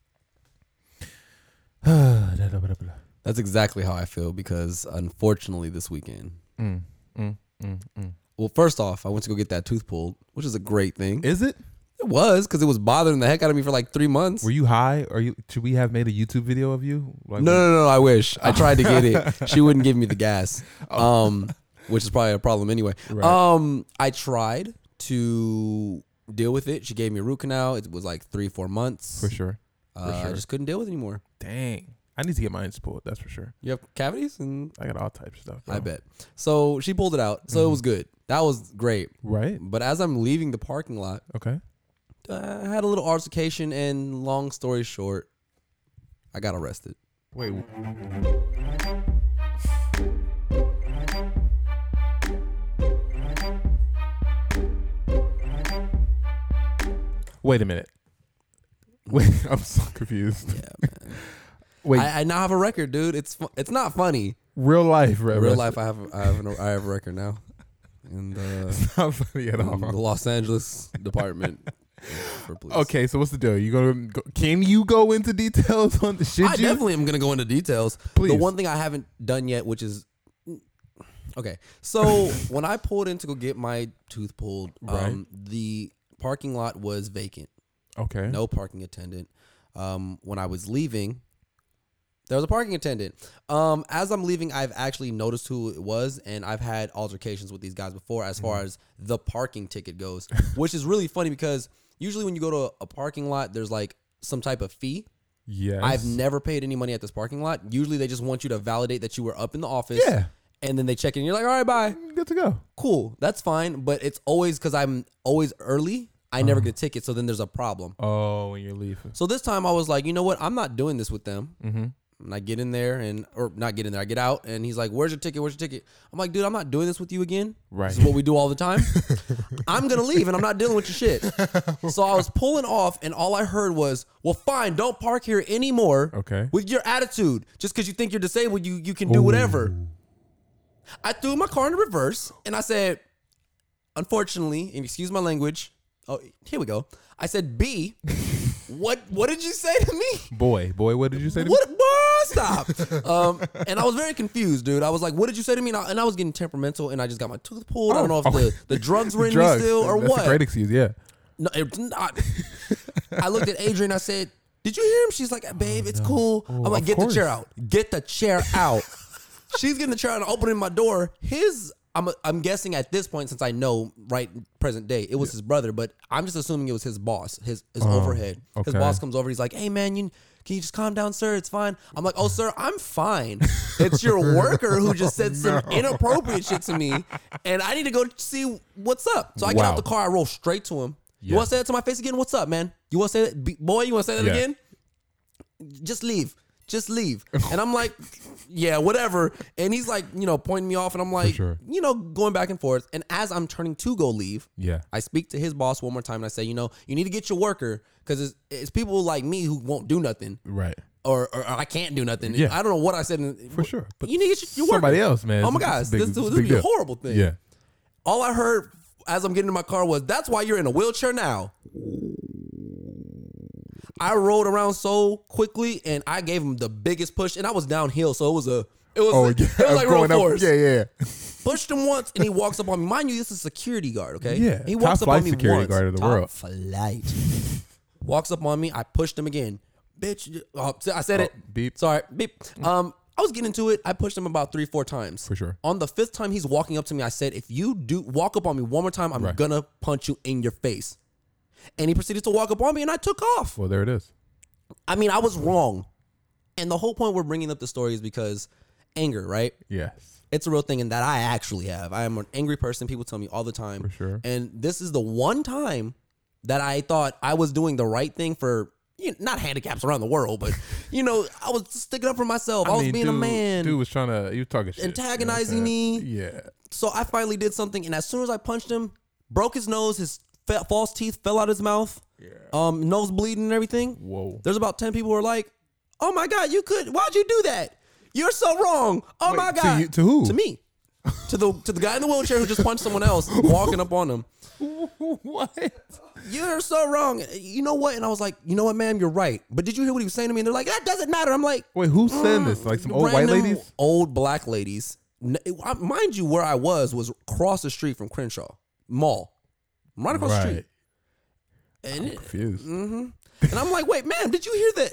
pera, pera, pera. That's exactly how I feel because unfortunately this weekend. Mm, mm, mm, mm. Well, first off, I went to go get that tooth pulled, which is a great thing. It, Is it? was because it was bothering the heck out of me for like three months. Were you high? Or you? Should we have made a YouTube video of you? Oh. Like, no, no, no, no. I wish I tried to get it. She wouldn't give me the gas, um, which is probably a problem anyway. Oh. Right. Um, I tried to deal with it. She gave me a root canal. It was like three, four months. for sure. uh, I sure. just couldn't deal with it anymore. Dang, I need to get mine pulled. That's for sure. You have cavities, and I got all types of stuff. I bro. bet. So she pulled it out. So it Mm-hmm. was good. That was great. Right. But as I'm leaving the parking lot, Okay. uh, I had a little altercation, and long story short, I got arrested. Wait. Wait a minute. Wait, I'm so confused. Yeah, man. Wait, I, I now have a record, dude. It's fu- it's not funny. real life, right? Real life, I have I have an, I have a record now, and uh, It's not funny at all. um, the Los Angeles Department for Police. Okay, so what's the deal? You gonna go, can you go into details on the shit? I you? definitely am gonna go into details. Please. The one thing I haven't done yet, which is okay. So when I pulled in to go get my tooth pulled, Right. um, the parking lot was vacant, okay. no parking attendant. Um, when I was leaving, there was a parking attendant. Um, as I'm leaving, I've actually noticed who it was, and I've had altercations with these guys before as Mm-hmm. far as the parking ticket goes, which is really funny because usually when you go to a- a parking lot, there's like some type of fee. Yes. I've never paid any money at this parking lot. Usually they just want you to validate that you were up in the office. Yeah. And then they check in. you're like, all right, bye. good to go. Cool. That's fine. But it's always because I'm always early. I Uh-huh. never get a ticket. So then there's a problem. Oh, when you're leaving. So this time I was like, you know what? I'm not doing this with them. Mm-hmm. And I get in there and, or not get in there, I get out and he's like, where's your ticket? Where's your ticket? I'm like, dude, I'm not doing this with you again. This is Right. what we do all the time. I'm going to leave and I'm not dealing with your shit. So I was pulling off and all I heard was, well, fine, don't park here anymore Okay. with your attitude. Just because you think you're disabled, you you can do whatever. I threw my car in reverse and I said, unfortunately, and excuse my language. Oh, here we go. I said, B, what what did you say to me? Boy, boy, what did you say to What? what? Stop. Um, and I was very confused, dude. I was like, what did you say to me? And I, and I was getting temperamental and I just got my tooth pulled. I don't know if Oh. the, the drugs were me? in Drugs. me still or That's what. a great excuse. Yeah. No, it's not. I looked at Adrian. I said, "Did you hear him?" She's like, "Babe, it's cool." Oh, I'm like, of "Get the chair course. out. Get the chair out." She's getting the chair out and opening my door. His, I'm, I'm guessing at this point, since I know right present day, it was his brother, but I'm just assuming it was his boss, his his overhead. His Oh, okay. boss comes over. He's like, "Hey, man, you." Can you just calm down, sir? It's fine. I'm like, oh, sir, I'm fine. It's your worker who just said some inappropriate shit to me, and I need to go see what's up. So I get out Wow. the car car, I roll straight to him. You Yeah. want to say that to my face again? What's up, man? You want to say that, B- boy? You want to say that Yeah. again? Just leave. Just leave. And I'm like, yeah, whatever. And he's like, you know, pointing me off, and I'm like, sure. you know, going back and forth. And as I'm turning to go leave, Yeah. I speak to his boss one more time, and I say, you know, you need to get your worker because it's, it's people like me who won't do nothing, Right. or, or, or I can't do nothing. Yeah. I don't know what I said in, For sure. But you need to get your, your somebody worker. else, man. Oh my It's a gosh, big- this, this it's a would big be a deal. horrible thing. Yeah. All I heard as I'm getting in my car was, "That's why you're in a wheelchair now." I rolled around so quickly, and I gave him the biggest push, and I was downhill, so it was a it was, Oh, yeah. it was like roll Growing up- force. Yeah, yeah. Pushed him once, and he walks up on me. Mind you, this is a security guard, okay? Yeah, he walks top up on flight me security once. guard of the Top world. Flight walks up on me. I pushed him again, bitch. you- oh, I said it. beep. Sorry, beep. Um, I was getting into it. I pushed him about three, four times. For sure. On the fifth time, he's walking up to me. I said, if you do walk up on me one more time, I'm Right. gonna punch you in your face. And he proceeded to walk up on me, and I took off. Well, there it is. I mean, I was wrong. And the whole point we're bringing up the story is because anger, right? Yes. It's a real thing, and that I actually have. I am an angry person. People tell me all the time. For sure. And this is the one time that I thought I was doing the right thing for you know, not handicaps around the world, but you know, I was sticking up for myself. I, was mean, being a dude- man. Dude was trying to. You was talking shit. you know what I'm Antagonizing me. saying? Yeah. So I finally did something, and as soon as I punched him, broke his nose, his fa- false teeth fell out his mouth, um, nose bleeding and everything. Whoa. There's about ten people who are like, "Oh my god, you could? Why'd you do that? You're so wrong! Oh my to god!" you- to who? To me. to the to the guy in the wheelchair who just punched someone else walking up on him. what? You're so wrong. You know what? And I was like, you know what, ma'am, you're right. But did you hear what he was saying to me? And they're like, that doesn't matter. I'm like, Wait, who's saying this? Like some old white random ladies? old black ladies. N- I- Mind you, where I was was across the street from Crenshaw Mall, I'm right across the street. Mm-hmm. And it- Confused. and I'm like, wait, ma'am, did you hear that?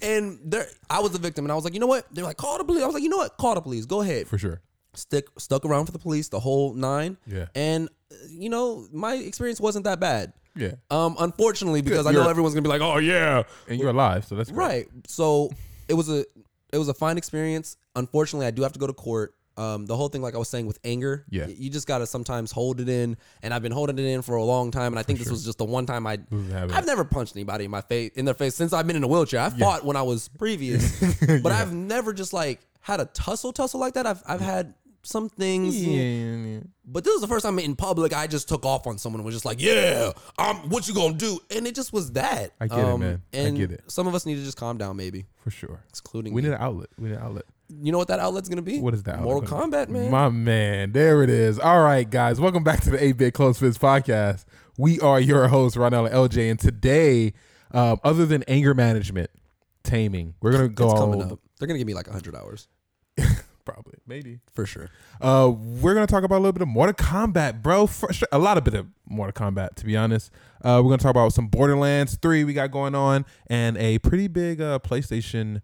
And there, I was the victim, and I was like, you know what? They're like, call the police. I was like, you know what? Call the police. Go ahead. For sure. Stick stuck around for the police the whole nine. Yeah. And uh, you know, my experience wasn't that bad. Yeah. Um, unfortunately, because I know You're- everyone's gonna be like, oh yeah, And you're alive, so that's great. right. So it was a it was a fine experience. Unfortunately, I do have to go to court. Um, the whole thing, like I was saying, with anger, Yeah. y- you just gotta sometimes hold it in, and I've been holding it in for a long time, and I think this was just the one time I. Doesn't have it. I've never punched anybody in my face in their face since I've been in a wheelchair. I fought when I was previous, but I've never just like had a tussle tussle like that. I've I've had some things, Yeah, yeah, yeah. but this was the first time in public I just took off on someone and was just like, "Yeah, I'm what you gonna do?" And it just was that. Um, I get it, man. I And get it. Some of us need to just calm down, maybe, For sure. excluding We me. need an outlet. We need an outlet. you know what that outlet's gonna be? What is that? Mortal outlet gonna be? Kombat, man. My man. There it is. All right, guys. Welcome back to the 8 Bit Close Fist podcast. We are your hosts, Ronell and LJ. And today, um, other than anger management, taming, we're going to go it's on. coming up. They're gonna give me like hundred hours Probably. Maybe. for sure. Uh, we're gonna talk about a little bit of Mortal Kombat, bro. For, sure, a lot of bit of Mortal Kombat, to be honest. Uh, we're gonna talk about some Borderlands Three we got going on, and a pretty big uh, PlayStation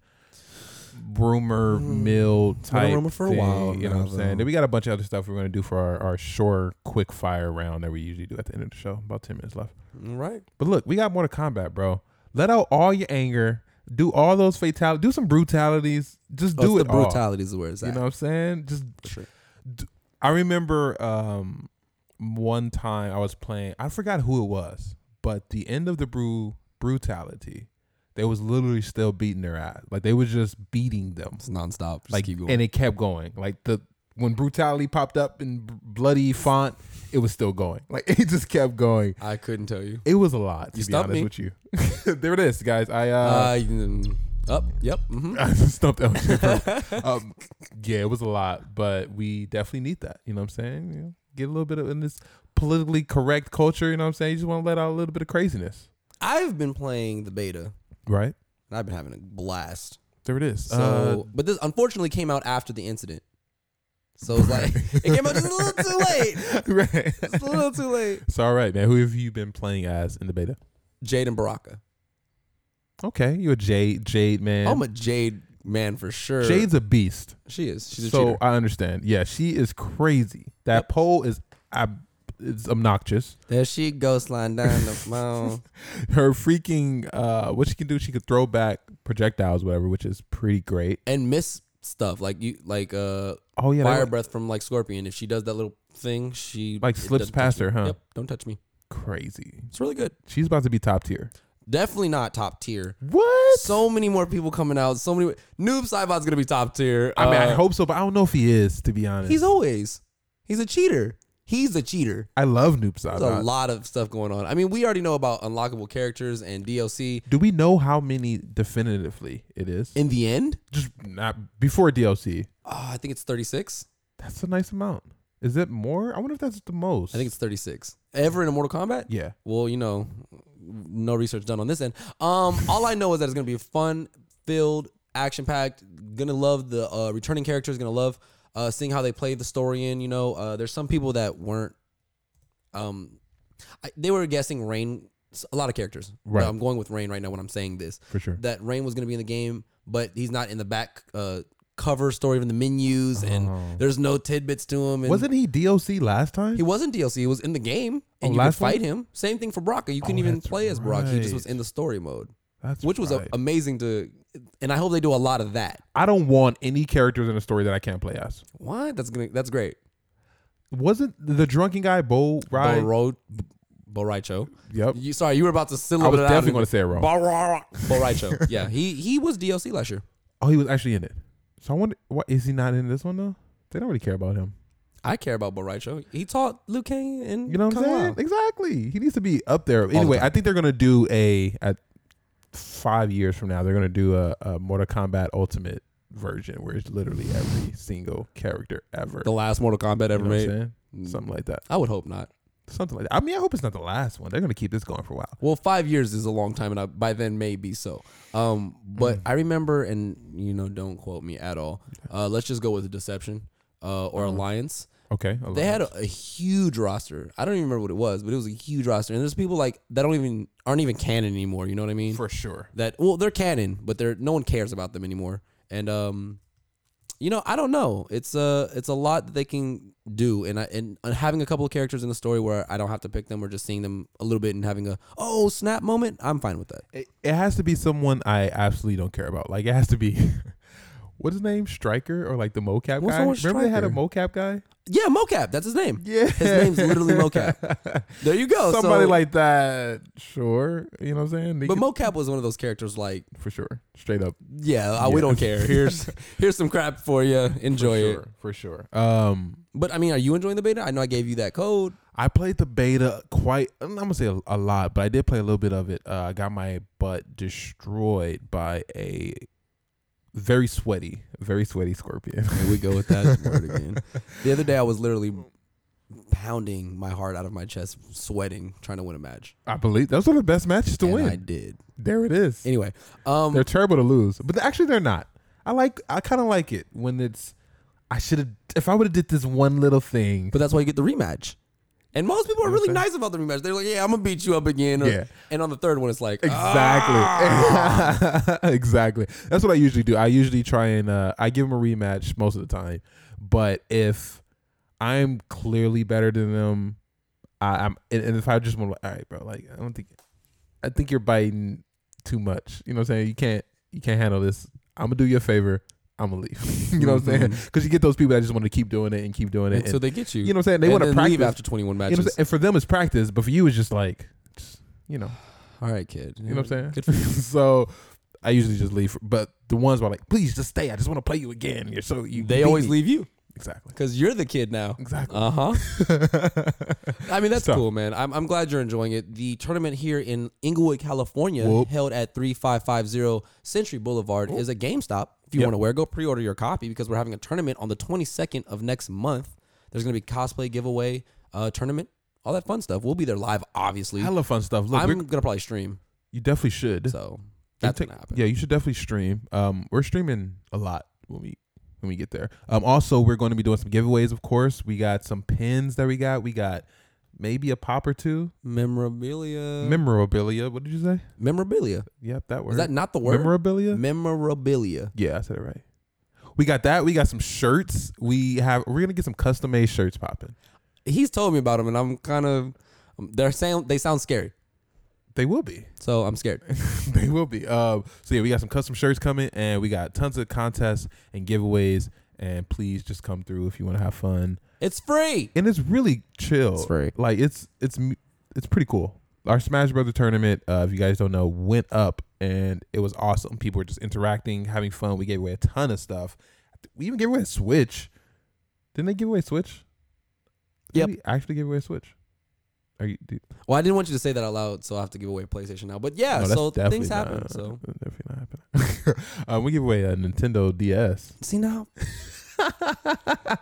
rumor mill type rumor for Mm-hmm. a thing, while You know what now, I'm saying? though. Then we got a bunch of other stuff we're gonna do for our, our shore quick fire round that we usually do at the end of the show. About ten minutes left. All right. But look, we got Mortal Kombat, bro. Let out all your anger. Do all those fatalities. Do some brutalities. Just Oh, do it's it the all. brutality is where it's You at. know what I'm saying? Just Sure. I remember um, one time I was playing. I forgot who it was, but the end of the brew brutality, they was literally still beating their ass. Like they was just beating them. It's nonstop. Just Like keep going. and it kept going. Like the when brutality popped up in b- bloody font, it was still going. Like it just kept going. I couldn't tell you. It was a lot. To You be stumped honest me. with you, there it is, guys. I Uh, uh, up. Yep. hmm I stumped LJ. bro. um, yeah, it was a lot, but we definitely need that. You know what I'm saying? You know, get a little bit of in this politically correct culture. You know what I'm saying? You just want to let out a little bit of craziness, I've been playing the beta, right? and I've been having a blast. There it is. So, but this unfortunately came out after the incident. So it's like it came out just a little too late. uh, right. It's a little too late. It's all right, man. Who have you been playing as in the beta? Jade and Baraka. Okay, you're a Jade, Jade man. I'm a Jade man for sure. Jade's a beast. she is. She's a so cheater. I understand. Yeah, she is crazy. That pole is, ab- it's obnoxious. There she goes sliding down the mountain. her freaking uh what she can do she could throw back projectiles whatever which is pretty great and miss stuff like you like uh oh yeah fire that, breath from like Scorpion. If she does that little thing, she Like it slips doesn't touch past me. her, huh? Yep. Don't touch me. crazy It's really good. she's about to be top tier Definitely not top tier. what So many more people coming out. So many. Noob Saibot's gonna be top tier. i mean i Uh, hope so but i don't know if he is to be honest He's always. He's a cheater. He's a cheater. i love noob There's a Saibot. lot of stuff going on. I mean, we already know about unlockable characters and DLC. do we know how many definitively it is In the end, just not before dlc oh, I think it's 36. that's a nice amount is it more i wonder if that's the most I think it's 36. Ever in a Mortal Kombat? yeah Well, you know, no research done on this end. Um, all I know is that it's gonna be fun, filled, action packed. Gonna love the uh, returning characters. Gonna love uh, seeing how they play the story in. You know, uh, there's some people that weren't. Um, I, they were guessing Rain. A lot of characters. Right. I'm going with Rain right now when I'm saying this. for sure That Rain was gonna be in the game, but he's not in the back uh, cover story of the menus, Oh. and there's no tidbits to him. And wasn't he doc last time he wasn't DLC. He was in the game, Oh, and you could last one? fight him. Same thing for Braca. You couldn't Oh, even that's play as Brock. He just was right. in the story mode, that's which was a- right. amazing to. And I hope they do a lot of that. i don't want any characters in a story that i can't play as What? That's gonna. That's great. wasn't the drunken guy Bo Ride? Boro, B- Boraicho. Yep. You sorry, you were about to syllable I was it out. definitely and- going to say it wrong. Boro- Boraicho. yeah, he he was DLC last year. oh, he was actually in it. So I wonder, what is he not in this one though? They don't really care about him. I care about Boraicho. He taught Liu Kang and You know what I'm Kung saying? Lao. Exactly. He needs to be up there. Anyway, time. I think they're going to do a at five years from now. They're going to do a, a Mortal Kombat Ultimate version where it's literally every single character ever. The last Mortal Kombat You ever know what I'm made. saying? Something like that. I would hope not. Something like that. I mean, I hope it's not the last one. They're gonna keep this going for a while. Well, five years is a long time, and I, by then maybe so. Um, but I remember, and you know, don't quote me at all. Uh, let's just go with Deception uh, or Alliance. Okay. They had a, a huge roster. I don't even remember what it was, but it was a huge roster. And there's people like that don't even aren't even canon anymore. You know what I mean? for sure. that well, they're canon, but they're no one cares about them anymore. And um, you know, I don't know. It's a it's a lot that they can do, and I and, and having a couple of characters in the story where I don't have to pick them or just seeing them a little bit and having a oh snap moment. I'm fine with that. It, it has to be someone I absolutely don't care about. Like it has to be what's his name? Striker or like the mocap What's guy? wrong Remember with they had a Stryker? mocap guy? Yeah, mocap. That's his name. Yeah. his name's literally mocap. There you go. Somebody So- like that. Sure. You know what I'm saying? They But could- mocap was one of those characters like for sure. Straight up. yeah, uh, we Yeah. don't care. Here's here's some crap for you. For Enjoy it. sure. For sure. Um But I mean, are you enjoying the beta? I know I gave you that code. I played the beta quite. I'm not gonna say a, a lot, but I did play a little bit of it. Uh, I got my butt destroyed by a very sweaty, very sweaty scorpion. Here we go with that word again. The other day, I was literally pounding my heart out of my chest, sweating, trying to win a match. I believe those are the best matches to and win. I did. there it is. Anyway, um, They're terrible to lose, but actually they're not. I like. I kind of like it when it's. I should have. If I would have did this one little thing. but that's why you get the rematch. And most people are really Understand. nice about the rematch. They're like, "Yeah, I'm gonna beat you up again." or- Yeah. And on the third one, it's like, "Ah." Exactly. exactly. That's what I usually do. I usually try and uh, I give them a rematch most of the time. But if I'm clearly better than them, I, I'm and, and if I just want to, all right, bro, like I don't think, I think you're biting too much. You know what I'm saying? You can't, you can't handle this. I'm gonna do you a favor. I'm gonna leave. you know what I'm saying? Because you get those people that just want to keep doing it and keep doing it. Mm-hmm. and so and- they get you. you know what I'm saying? They And want to then practice. leave after 21 you know what I'm matches. saying? and for them it's practice, but for you it's just like, just, you know. All right, kid. You know what I'm Good for saying? so I usually just leave. For, but the ones where I'm like, please just stay. I just want to play you again. You're so you. you. They beat always me." leave you Exactly. because you're the kid now. Exactly. Uh huh. I mean, that's So- cool, man. I'm, I'm glad you're enjoying it. The tournament here in Inglewood, California, Whoop. held at 3550 Century Boulevard, is a GameStop. If you Yep. want to wear, go pre order your copy because we're having a tournament on the 22nd of next month. There's going to be cosplay giveaway, uh, tournament, all that fun stuff. We'll be there live, obviously. Hella fun stuff. Look, I'm we're- going to probably stream. you definitely should. So that's Take- going to happen. Yeah, you should definitely stream. Um, we're streaming a lot when we when we get there. Um, also we're going to be doing some giveaways. Of course, we got some pins that we got. We got maybe a pop or two. Memorabilia. Memorabilia. What did you say? memorabilia. Yep, that word. Uh, Is that not the word? memorabilia? memorabilia. Yeah, I said it right. We got that. We got some shirts. We have. We're gonna get some custom made shirts popping. He's told me about them, and I'm kind of. um, They're saying they sound scary, They will be. so I'm scared. they will be. Um. So yeah, we got some custom shirts coming, and we got tons of contests and giveaways. And please just come through if you want to have fun. It's free. And it's really chill. It's free. Like it's it's m- it's pretty cool. Our Smash Brother tournament, uh, if you guys don't know, went up and it was awesome. People were just interacting, having fun. We gave away a ton of stuff. We even gave away a Switch. Didn't they give away a Switch? Did Yep. we actually give away a Switch? Are you? Dude, Well, I didn't want you to say that out loud, so I have to give away a PlayStation now. But no, yeah, that's so definitely things happen. not- So that's definitely not happening. um, we give away a Nintendo DS. see now.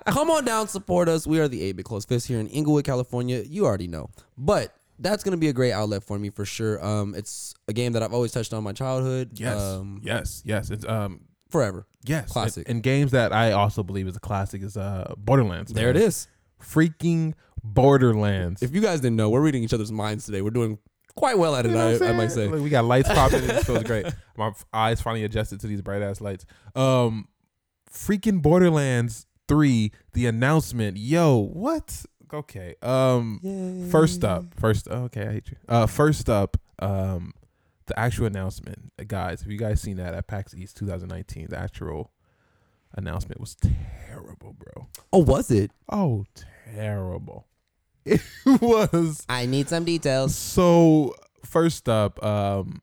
Come on down, support us. We are the 8-Bit Close Fist here in Inglewood, California. You already know. But that's gonna be a great outlet for me for sure. Um, it's a game that I've always touched on in my childhood. Yes, Um, yes, yes. It's um, forever. yes, and- Classic. And, games that I also believe is a classic is uh Borderlands. There it is. freaking Borderlands. If you guys didn't know, we're reading each other's minds today. We're doing quite well at it. You know what I, I I'm might say. saying? Like, we got lights popping. it feels great. My f- eyes finally adjusted to these bright ass lights. Um, freaking Borderlands Three. The announcement. Yo, what? Okay. Um, first up, first. oh, okay, I hate you. Uh, first up. Um, the actual announcement, Uh, guys. Have you guys seen that at PAX East 2019? The actual announcement was terrible, bro. Oh, was it? Oh, terrible. It was I need some details. so first up, um,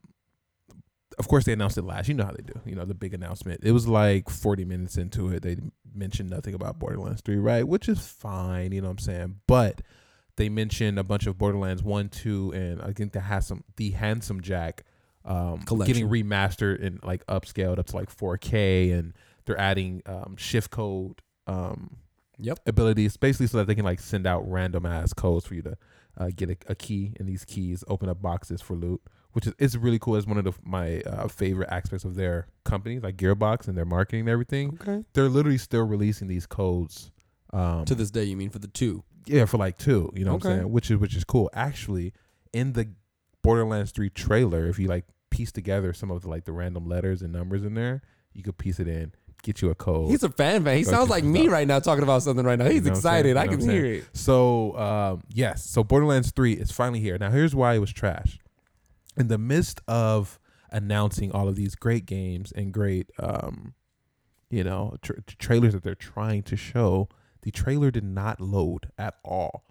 of course they announced it last. You know how they do. You know the big announcement. It was like 40 minutes into it. They mentioned nothing about Borderlands 3, right? Which is fine. You know what I'm saying. But they mentioned a bunch of Borderlands 1, 2, and I think the handsome, the handsome Jack, um, Collection. getting remastered and like upscaled up to like 4K, and they're adding um, shift code. Um, Yep. abilities basically so that they can like send out random ass codes for you to uh, get a, a key, and these keys open up boxes for loot, which is it's really cool. It's one of the, my uh, favorite aspects of their company, like Gearbox and their marketing and everything. Okay. They're literally still releasing these codes. Um, To this day, you mean for the two? yeah, for like two, you know what I'm Okay. saying? Which is which is cool. Actually, in the Borderlands 3 trailer, if you like piece together some of the like the random letters and numbers in there, you could piece it in, get you a code. He's a fan man. He Go sounds to like the me top. right now talking about something right now. You He's know what I'm saying? excited. You I know what can I'm hear it. so um, yes, so Borderlands 3 is finally here. Now here's why it was trash. In the midst of announcing all of these great games and great um, you know, tr tr- trailers that they're trying to show, the trailer did not load at all.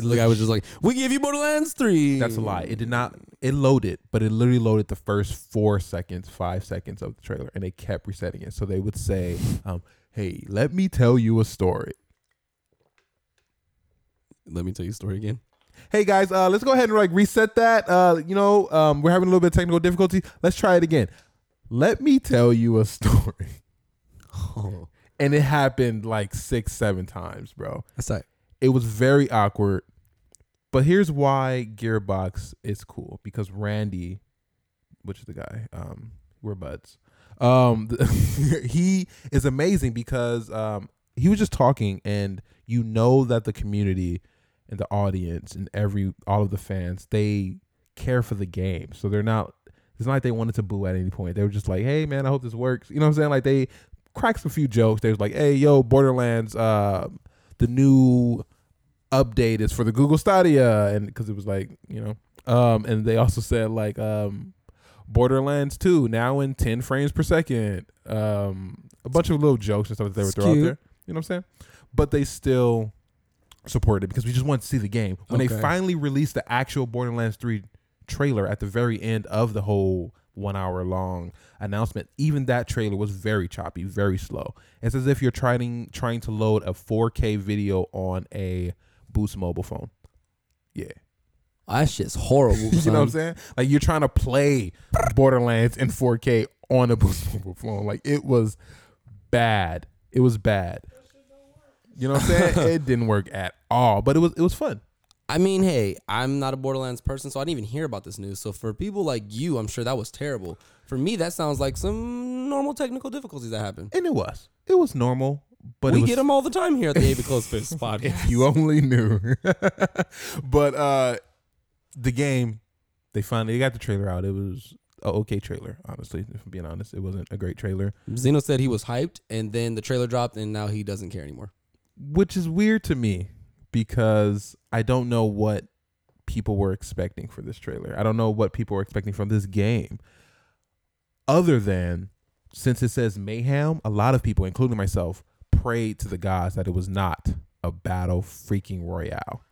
Look, I was just like, we give you Borderlands 3. That's a lie. It did not. It loaded, but it literally loaded the first four seconds, five seconds of the trailer, and they kept resetting it. So they would say, um, "Hey, let me tell you a story." Let me tell you a story again. Hey guys, uh, let's go ahead and like reset that. Uh, you know, um, we're having a little bit of technical difficulty. Let's try it again. Let me tell you a story, Oh, and it happened like six, seven times, bro. that's like, It was very awkward. But here's why Gearbox is cool because Randy, which is the guy, um, we're buds. Um, he is amazing because um, he was just talking, and you know that the community and the audience and every all of the fans they care for the game, so they're not. It's not like they wanted to boo at any point. They were just like, "Hey, man, I hope this works." You know what I'm saying? Like they cracks a few jokes. They was like, "Hey, yo, Borderlands, uh, the new update is for the Google Stadia," and because it was like, you know, um, and they also said like, um, Borderlands Two now in ten frames per second. Um, a bunch of little jokes and stuff that they would It's throw out cute. there. You know what I'm saying? But they still supported it because we just wanted to see the game. When they Okay. finally released the actual Borderlands Three trailer at the very end of the whole one hour long announcement, even that trailer was very choppy, very slow. It's as if you're trying trying to load a 4K video on a Boost mobile phone. Yeah. that shit's horrible. You son. know what I'm saying? Like you're trying to play Borderlands in 4K on a Boost mobile phone. Like it was bad. It was bad. You know what I'm saying? it didn't work at all, but it was it was fun. I mean, hey, I'm not a Borderlands person, so I didn't even hear about this news. So for people like you, I'm sure that was terrible. For me, that sounds like some normal technical difficulties that happen. And it was. It was normal, but we it was get them all the time here at the Ava Close Fist podcast. if you only knew. but uh the game, they finally they got the trailer out. It was a okay trailer, honestly. If I'm being honest, it wasn't a great trailer, Zeno said he was hyped, and then the trailer dropped, and now he doesn't care anymore. which is weird to me because I don't know what people were expecting for this trailer. I don't know what people were expecting from this game, other than since it says mayhem, a lot of people, including myself, prayed to the gods that it was not a battle freaking royale.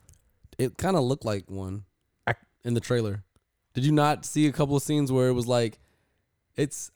It kind of looked like one I- in the trailer. Did you not see a couple of scenes where it was like, it's,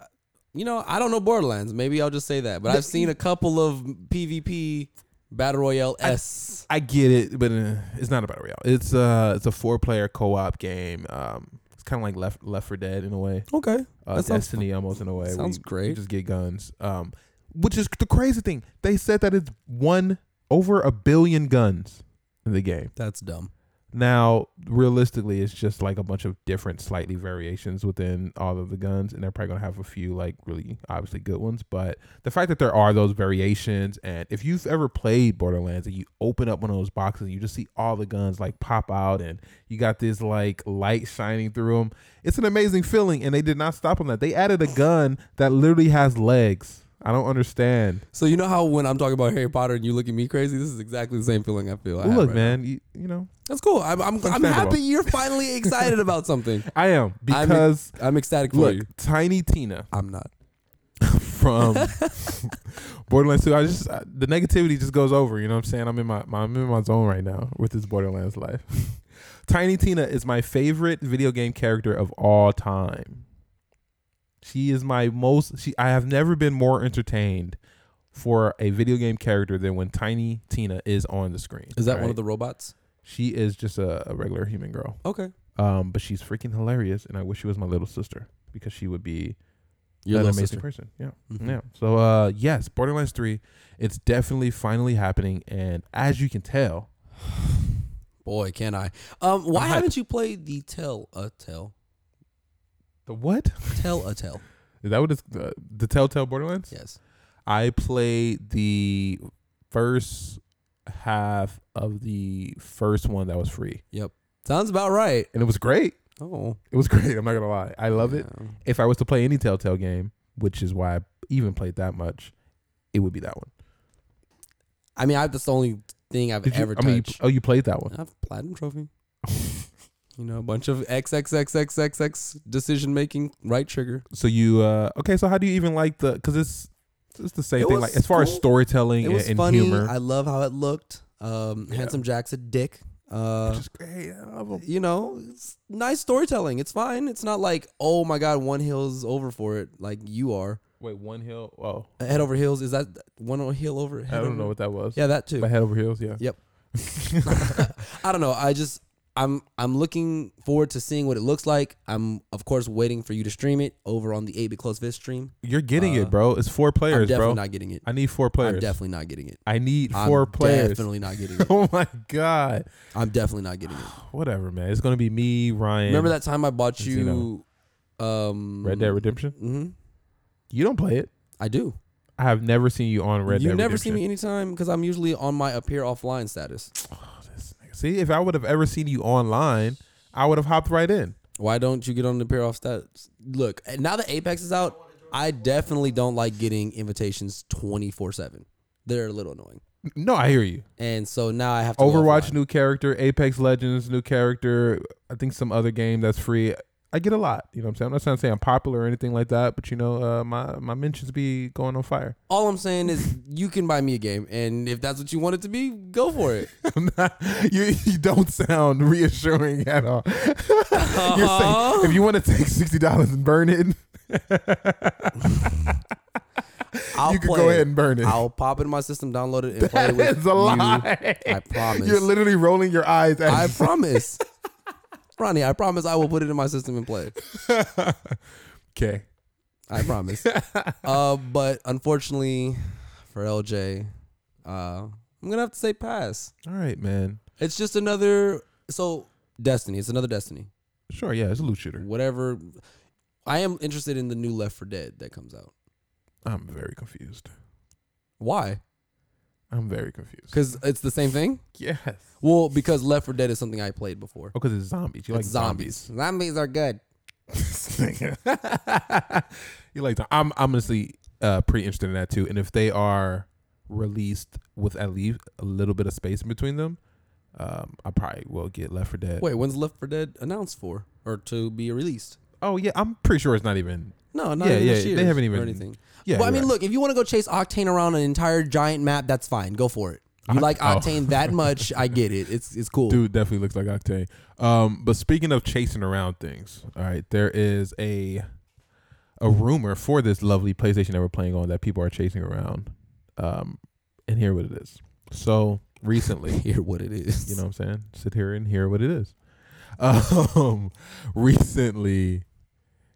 you know, I don't know Borderlands. Maybe I'll just say that, but I've seen a couple of PvP battle royale s. I get it, but uh, it's not a battle royale. It's uh, it's a four player co op game. Um, it's kind of like Left Left for Dead in a way, Okay, uh, That sounds Destiny almost in a way. where sounds you- great. You just get guns. Um, which is the crazy thing. They said that it's one over a billion guns in the game. that's dumb. Now, realistically, it's just like a bunch of different, slightly variations within all of the guns, and they're probably gonna have a few like really obviously good ones. But the fact that there are those variations, and if you've ever played Borderlands and you open up one of those boxes, and you just see all the guns like pop out, and you got this like light shining through them. It's an amazing feeling, and they did not stop on that. They added a gun that literally has legs. I don't understand. So you know how when I'm talking about Harry Potter and you look at me crazy, this is exactly the same feeling I feel. I have Look, right now. man, you, you know that's cool. I'm I'm, I'm Understandable. happy you're finally excited about something. I am I'm- because I'm ecstatic for look, you. Tiny Tina. I'm not. from Borderlands 2. I just I, the negativity just goes over. You know what I'm saying? I'm in my, my I'm in my zone right now with this Borderlands life. Tiny Tina is my favorite video game character of all time. She is my most she I have never been more entertained for a video game character than when Tiny Tina is on the screen. Is that right? one of the robots? She is just a, a regular human girl. Okay. Um but she's freaking hilarious and I wish she was my little sister because she would be Your an little amazing sister. person. Yeah. Mhm. Yeah. So uh yes, Borderlands 3, it's definitely finally happening and as you can tell, Boy, can I? Um, why I'm hype. haven't you played the Tell a Tell The what? Tell a Tell? Is that what it's uh, the Telltale Borderlands? Yes. I played the first half of the first one that was free, Yep. Sounds about right. and it was great. Oh, It was great. I'm not gonna lie, I love it. yeah. If I was to play any Telltale game, which is why I even played that much, it would be that one. I mean, I, that's the only thing I've Did you, ever I mean, you, touched. oh, you played that one. I have platinum trophy. you know, a bunch of XXXXXX decision making right trigger. So you uh okay? So how do you even like the? Because it's it's the same It thing. was Like as far as cool. storytelling It and, was and funny. humor, I love how it looked. Um, Yeah. Handsome Jack's a dick. Uh, which is great. I love 'em. you know, it's nice storytelling. It's fine. It's not like, oh my God, One Hill's over for it, like you are. Wait, one hill. Oh, Head over heels. Is that one hill over? Head I don't over? know what that was. Yeah, that too. but head over heels. Yeah. Yep. I don't know. I just I'm I'm looking forward to seeing what it looks like. I'm of course waiting for you to stream it over on the 8 bit close vid stream. You're getting Uh, it, bro. It's four I'm players, definitely bro. not getting it. I need four I'm players. definitely not getting it. I need I'm 4 players. Definitely not getting it. oh my god. I'm definitely not getting it. Whatever, man. It's gonna be me, Ryan. Remember that time I bought you you um Red Dead Redemption? hmm You don't play it. I do. I have never seen you on Red you Dead. never see Redemption. me anytime because I'm usually on my appear offline status. See, if I would have ever seen you online, I would have hopped right in. Why don't you get on the pair off status? Look, now that Apex is out, I definitely don't like getting invitations 24 7. They're a little annoying. No, I hear you. And so now I have to go Overwatch offline. new character, Apex Legends new character. I think some other game that's free. I get a lot. You know what I'm saying? I'm not trying to say I'm popular or anything like that, but you know, uh, my my mentions be going on fire. All I'm saying is you can buy me a game. And if that's what you want it to be, go for it. I'm not- you, you don't sound reassuring at all. You're Uh-huh. saying if you want to take sixty dollars and burn it, I'll you can play go it. ahead and burn it. I'll pop it in my system, download it, and play it with It's a you. lie. I promise. You're literally rolling your eyes I at. promise. Ronnie, I promise I will put it in my system and play it. okay. I promise. uh, but unfortunately for LJ, uh, I'm going to have to say pass. All right, man. It's just another. So, Destiny. It's another Destiny. Sure. Yeah, it's a loot shooter. Whatever. I am interested in the new Left for Dead that comes out. I'm very confused. Why? I'm very confused. Because it's the same thing? Yes. Well, because Left for Dead is something I played before. Oh, because it's zombies. You like It's zombies. zombies. Zombies are good. you like. I'm I'm honestly uh, pretty interested in that too. And if they are released with at least a little bit of space in between them, um, I probably will get Left for Dead. Wait, when's Left for Dead announced for or to be released? Oh yeah, I'm pretty sure it's not even. No, not Yeah, even yeah, this year. they haven't even- or anything. Yeah. but I you're mean, right. look, if you want to go chase Octane around an entire giant map, that's fine. Go for it. You Oct- like oh. Octane that much? I get it. It's it's cool. Dude definitely looks like Octane. Um, but speaking of chasing around things, all right, there is a a rumor for this lovely PlayStation that we're playing on that people are chasing around. Um, and hear what it is. So recently, Hear what it is. you know what I'm saying? Sit here and hear what it is. Um, recently,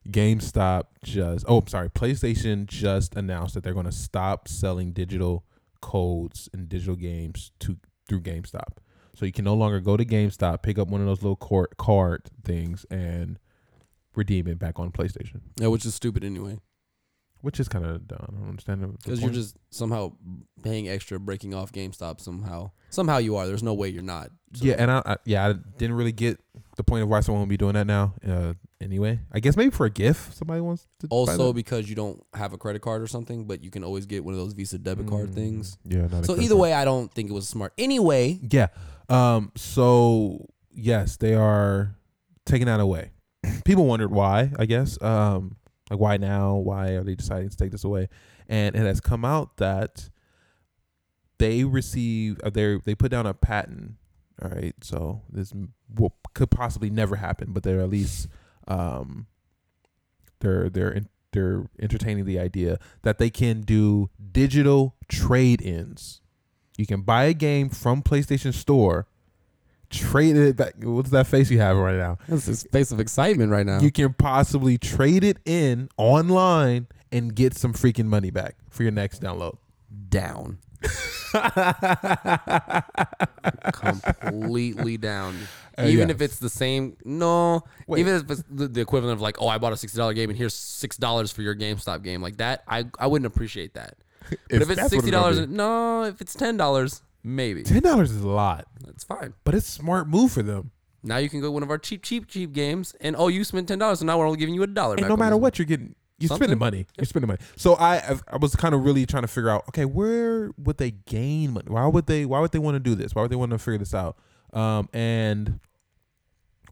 GameStop just oh, I'm sorry, PlayStation just announced that they're going to stop selling digital codes and digital games to through GameStop. So you can no longer go to GameStop, pick up one of those little cor- card things, and redeem it back on PlayStation, Yeah, which is stupid anyway. which is kind of dumb. I don't understand the- the Because you're point. just somehow paying extra, breaking off GameStop somehow. Somehow you are. There's no way you're not. So- Yeah, and I, I yeah I didn't really get the point of why someone would be doing that now. Uh, anyway, I guess maybe for a gift, somebody wants to buy Also, that. because you don't have a credit card or something, but you can always get one of those Visa debit card Mm, things. Yeah. not a So credit either card. way, I don't think it was smart. Anyway, Yeah. Um. So yes, they are taking that away. People wondered why. I guess. Um. Like why now? Why are they deciding to take this away? And it has come out that they receive uh, they they put down a patent. All right. So this m- what could possibly never happen, but they're at least um. They're they're in, they're entertaining the idea that they can do digital trade ins. You can buy a game from PlayStation Store, trade it back. What's that face you have right now? that's his face of excitement right now. You can possibly trade it in online and get some freaking money back for your next download. down. completely down. Uh, even yeah. if it's the same, no. Wait. Even if it's the, the equivalent of like, oh, I bought a sixty dollar game and here's six dollars for your GameStop game, like that, I I wouldn't appreciate that. But if it's that's what sixty it's gonna dollars, be. no. If it's ten dollars, maybe ten dollars is a lot, that's fine. but it's a smart move for them. Now you can go to one of our cheap, cheap, cheap games, and oh, you spent ten dollars, so now we're only giving you a dollar. And back no on this matter one. what you're getting, you're spending Something. money. You're spending money. So I I've- I was kind of really trying to figure out, okay, where would they gain money? Why would they why would they want to do this? Why would they want to figure this out? Um, and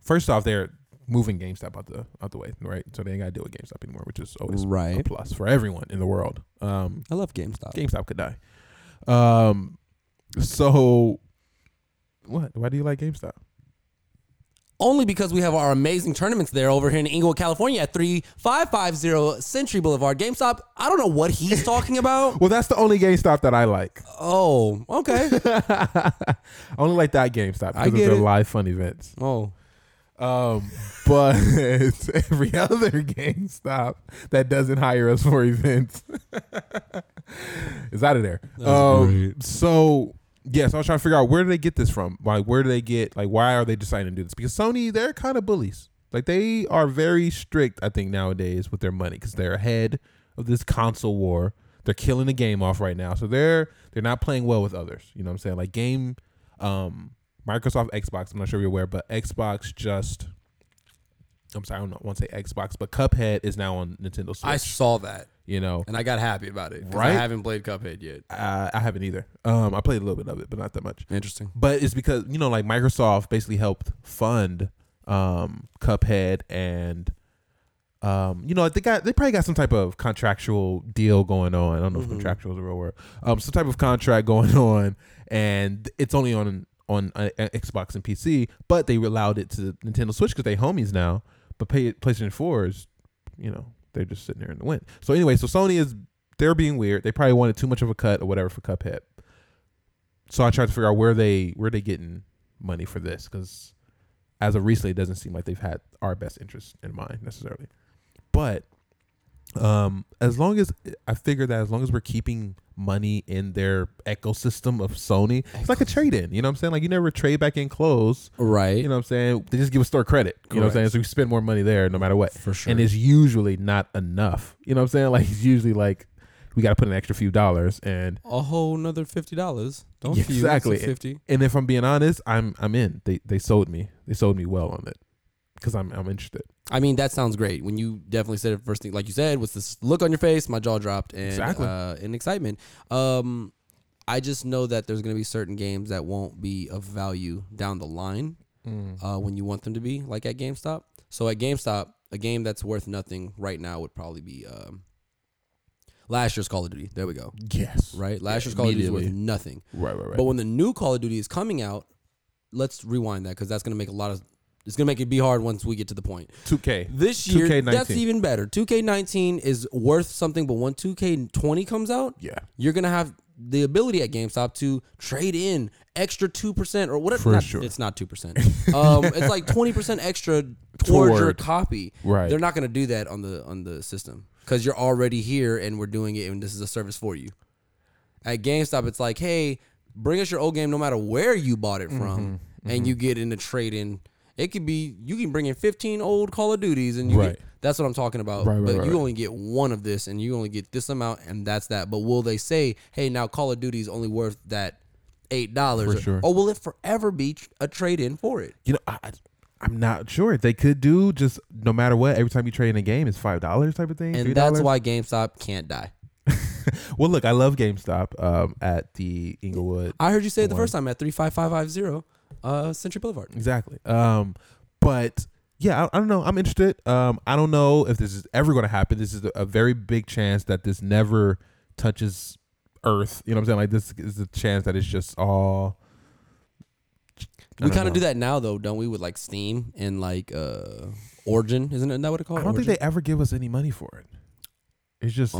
first off, they're moving GameStop out the out the way, right? So they ain't got to deal with GameStop anymore, which is always a Right. plus for everyone in the world. Um, I love GameStop. GameStop could die. Um, so what? Why do you like GameStop? Only because we have our amazing tournaments there over here in Inglewood, California at 3550 Century Boulevard. GameStop, I don't know what he's talking about. Well, that's the only GameStop that I like. Oh, okay. I only like that GameStop I because of get their it. live fun events. Oh. Um, but every other GameStop that doesn't hire us for events is out of there. Um, so yes, I was trying to figure out where do they get this from? Like, where do they get? Like, why are they deciding to do this? Because Sony, they're kind of bullies. Like, they are very strict. I think nowadays with their money because they're ahead of this console war. They're killing the game off right now, so they're they're not playing well with others. You know what I'm saying? Like game, um, Microsoft Xbox. I'm not sure if you're aware, but Xbox just. I'm sorry, I don't want to say Xbox, but Cuphead is now on Nintendo Switch. I saw that you know, and I got happy about it. 'cause Right? I haven't played Cuphead yet. I, I haven't either. Um, I played a little bit of it, but not that much. Interesting. But it's because you know, like Microsoft basically helped fund um, Cuphead, and um, you know, they got they probably got some type of contractual deal going on. I don't know if contractual is a real word. Um, some type of contract going on, and it's only on on uh, Xbox and PC. But they allowed it to Nintendo Switch because they homies now. But pay, PlayStation Four is, you know, they're just sitting there in the wind. So anyway, so Sony is they're being weird. They probably wanted too much of a cut or whatever for Cuphead so I tried to figure out where they where they getting money for this because as of recently, it doesn't seem like they've had our best interest in mind necessarily. But um, as long as I figure that as long as we're keeping money in their ecosystem of Sony, it's like a trade in. You know what I'm saying? Like you never trade back in clothes. Right. You know what I'm saying? They just give us store credit. You know what I'm saying? Correct. So we spend more money there no matter what For sure. and it's usually not enough. You know what I'm saying? Like it's usually like we got to put an extra few dollars, and a whole another $50. Don't Yeah, you? exactly. It's a 50 and if I'm being honest, I'm I'm in. They they sold me. They sold me well on it because I'm I'm interested. I mean, that sounds great. When you definitely said it first thing, like you said, was this look on your face, my jaw dropped, and Exactly. uh, in excitement. Um, I just know that there's going to be certain games that won't be of value down the line uh, when you want them to be, like at GameStop. So at GameStop, a game that's worth nothing right now would probably be um, last year's Call of Duty. There we go. Yes. Right. Right, last Yeah, year's Call of Duty is worth immediately. nothing. Right. Right. Right. But when the new Call of Duty is coming out, let's rewind that because that's going to make a lot of. It's going to make it be hard once we get to the point. 2K. This year, 2K19. that's even better. 2K19 is worth something, but when 2K20 comes out, Yeah. you're gonna have the ability at GameStop to trade in extra two percent or whatever. For not- sure. it's not two percent. um, it's like twenty percent extra towards your Toward. copy. Right. They're not gonna do that on the on the system because you're already here and we're doing it and this is a service for you. At GameStop, it's like, hey, bring us your old game no matter where you bought it Mm-hmm. from, and you get in the trade in. It could be you can bring in fifteen old Call of Duties and you Right. get, that's what I'm talking about. Right, right, but right, you right. only get one of this, and you only get this amount, and that's that. But will they say, hey, now Call of Duty is only worth that eight dollars? For sure. Or will it forever be tr- a trade in for it? You know, I, I- I'm not sure. They could do just no matter what. Every time you trade in a game, it's five dollars type of thing. And $3. that's why GameStop can't die. Well, look, I love GameStop. Um, at the Inglewood. I heard you say it the first time at three five five five zero, uh, Century Boulevard. Exactly. Um, but yeah, I, I don't know. I'm interested. Um, I don't know if this is ever going to happen. This is a, a very big chance that this never touches Earth. You know what I'm saying? Like this is a chance that it's just all. We kind of do that now, though, don't we? With like Steam and like uh, Origin, isn't it? Isn't that what it called? I don't think they ever give us any money for it. It's just Oh,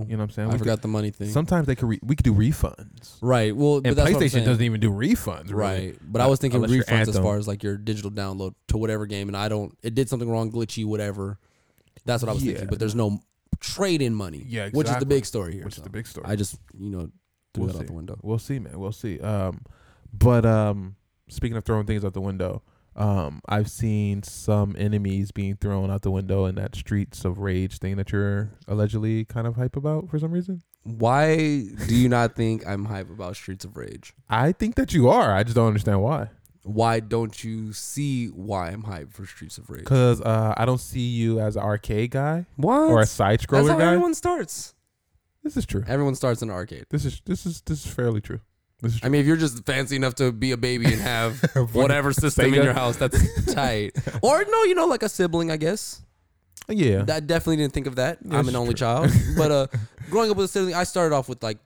like you know what I'm saying. I We forgot the money thing. Could, sometimes they could re- we could do refunds, right. Well, but and that's what I'm PlayStation saying. doesn't even do refunds, really. Right. But I was thinking Unless you're refunds as Anthem. far as like your digital download to whatever game, and I don't. It did something wrong, glitchy, whatever. That's what I was Yeah. thinking. But there's no trade in money. Yeah, Which is the exactly. big story here. Which is so. the big story. I just you know threw We'll that see. out the window. We'll see, man. We'll see. Um, but um, speaking of throwing things out the window, um, I've seen some enemies being thrown out the window in that Streets of Rage thing that you're allegedly kind of hype about for some reason. Why do you not think I'm hype about Streets of Rage? I think that you are. I just don't understand why. Why don't you see why I'm hype for Streets of Rage? Cause uh, I don't see you as an arcade guy What? or a side That's scroller how guy. everyone starts. this is true. Everyone starts in an arcade. This is this is this is fairly true. This is I true. mean, if you're just fancy enough to be a baby and have Have one whatever system in Sega. your house, that's tight. Or no, you know, like a sibling, I guess. yeah. I definitely didn't think of that. Yeah, I'm that's an only true. child, but uh, growing up with a sibling, I started off with like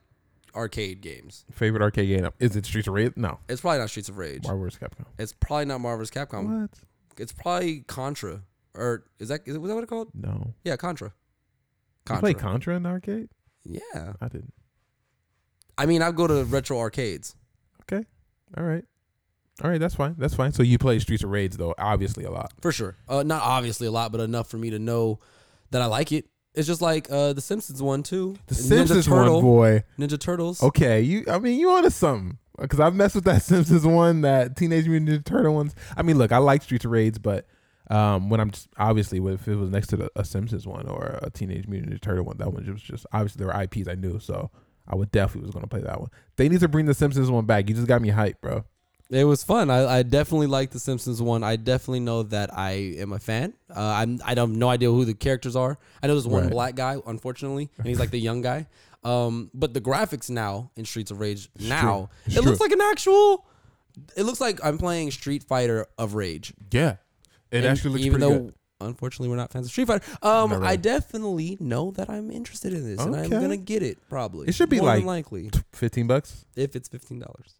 arcade games. Favorite arcade game is it Streets of Rage? No, It's probably not Streets of Rage. Marvel vs. Capcom. It's probably not Marvel's Capcom. what? It's probably Contra, or is that is, was that what it called? No. Yeah, Contra. You Contra. played Contra in the arcade? yeah, I didn't. I mean, I go to retro arcades. All right. All right, that's fine. That's fine. So you play Streets of Rage though, obviously a lot. For sure. Uh, not obviously a lot, but enough for me to know that I like it. It's just like uh, the Simpsons one too. The Ninja Simpsons Turtle, one, boy. Ninja Turtles. Okay, you. I mean, you onto something because I've messed with that Simpsons one, that Teenage Mutant Ninja Turtle ones. I mean, look, I like Streets of Rage, but um, when I'm just obviously if it was next to the, a Simpsons one or a Teenage Mutant Ninja Turtle one, that one was just obviously there were IPs I knew, so I would definitely was gonna play that one. They need to bring the Simpsons one back. You just got me hyped, bro. It was fun. I, I definitely like the Simpsons one. I definitely know that I am a fan. Uh, I'm I don't have no idea who the characters are. I know there's one Right. black guy, unfortunately, and he's like the young guy. Um, but the graphics now in Streets of Rage now It's it true. looks like an actual. It looks like I'm playing Street Fighter of Rage. Yeah, it And even though unfortunately we're not fans of Street Fighter. Um, Not really. I definitely know that I'm interested in this, and I'm Okay. gonna get it probably. It should be More than like- likely Fifteen bucks, if it's fifteen dollars.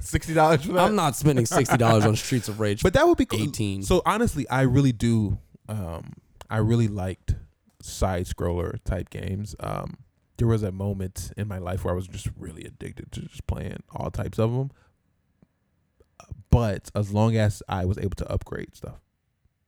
sixty dollars for that. I'm not spending sixty dollars on Streets of Rage. But that would be cool. 18. So honestly, I really do. Um, I really liked side scroller type games. Um, there was a moment in my life where I was just really addicted to just playing all types of them. But as long as I was able to upgrade stuff,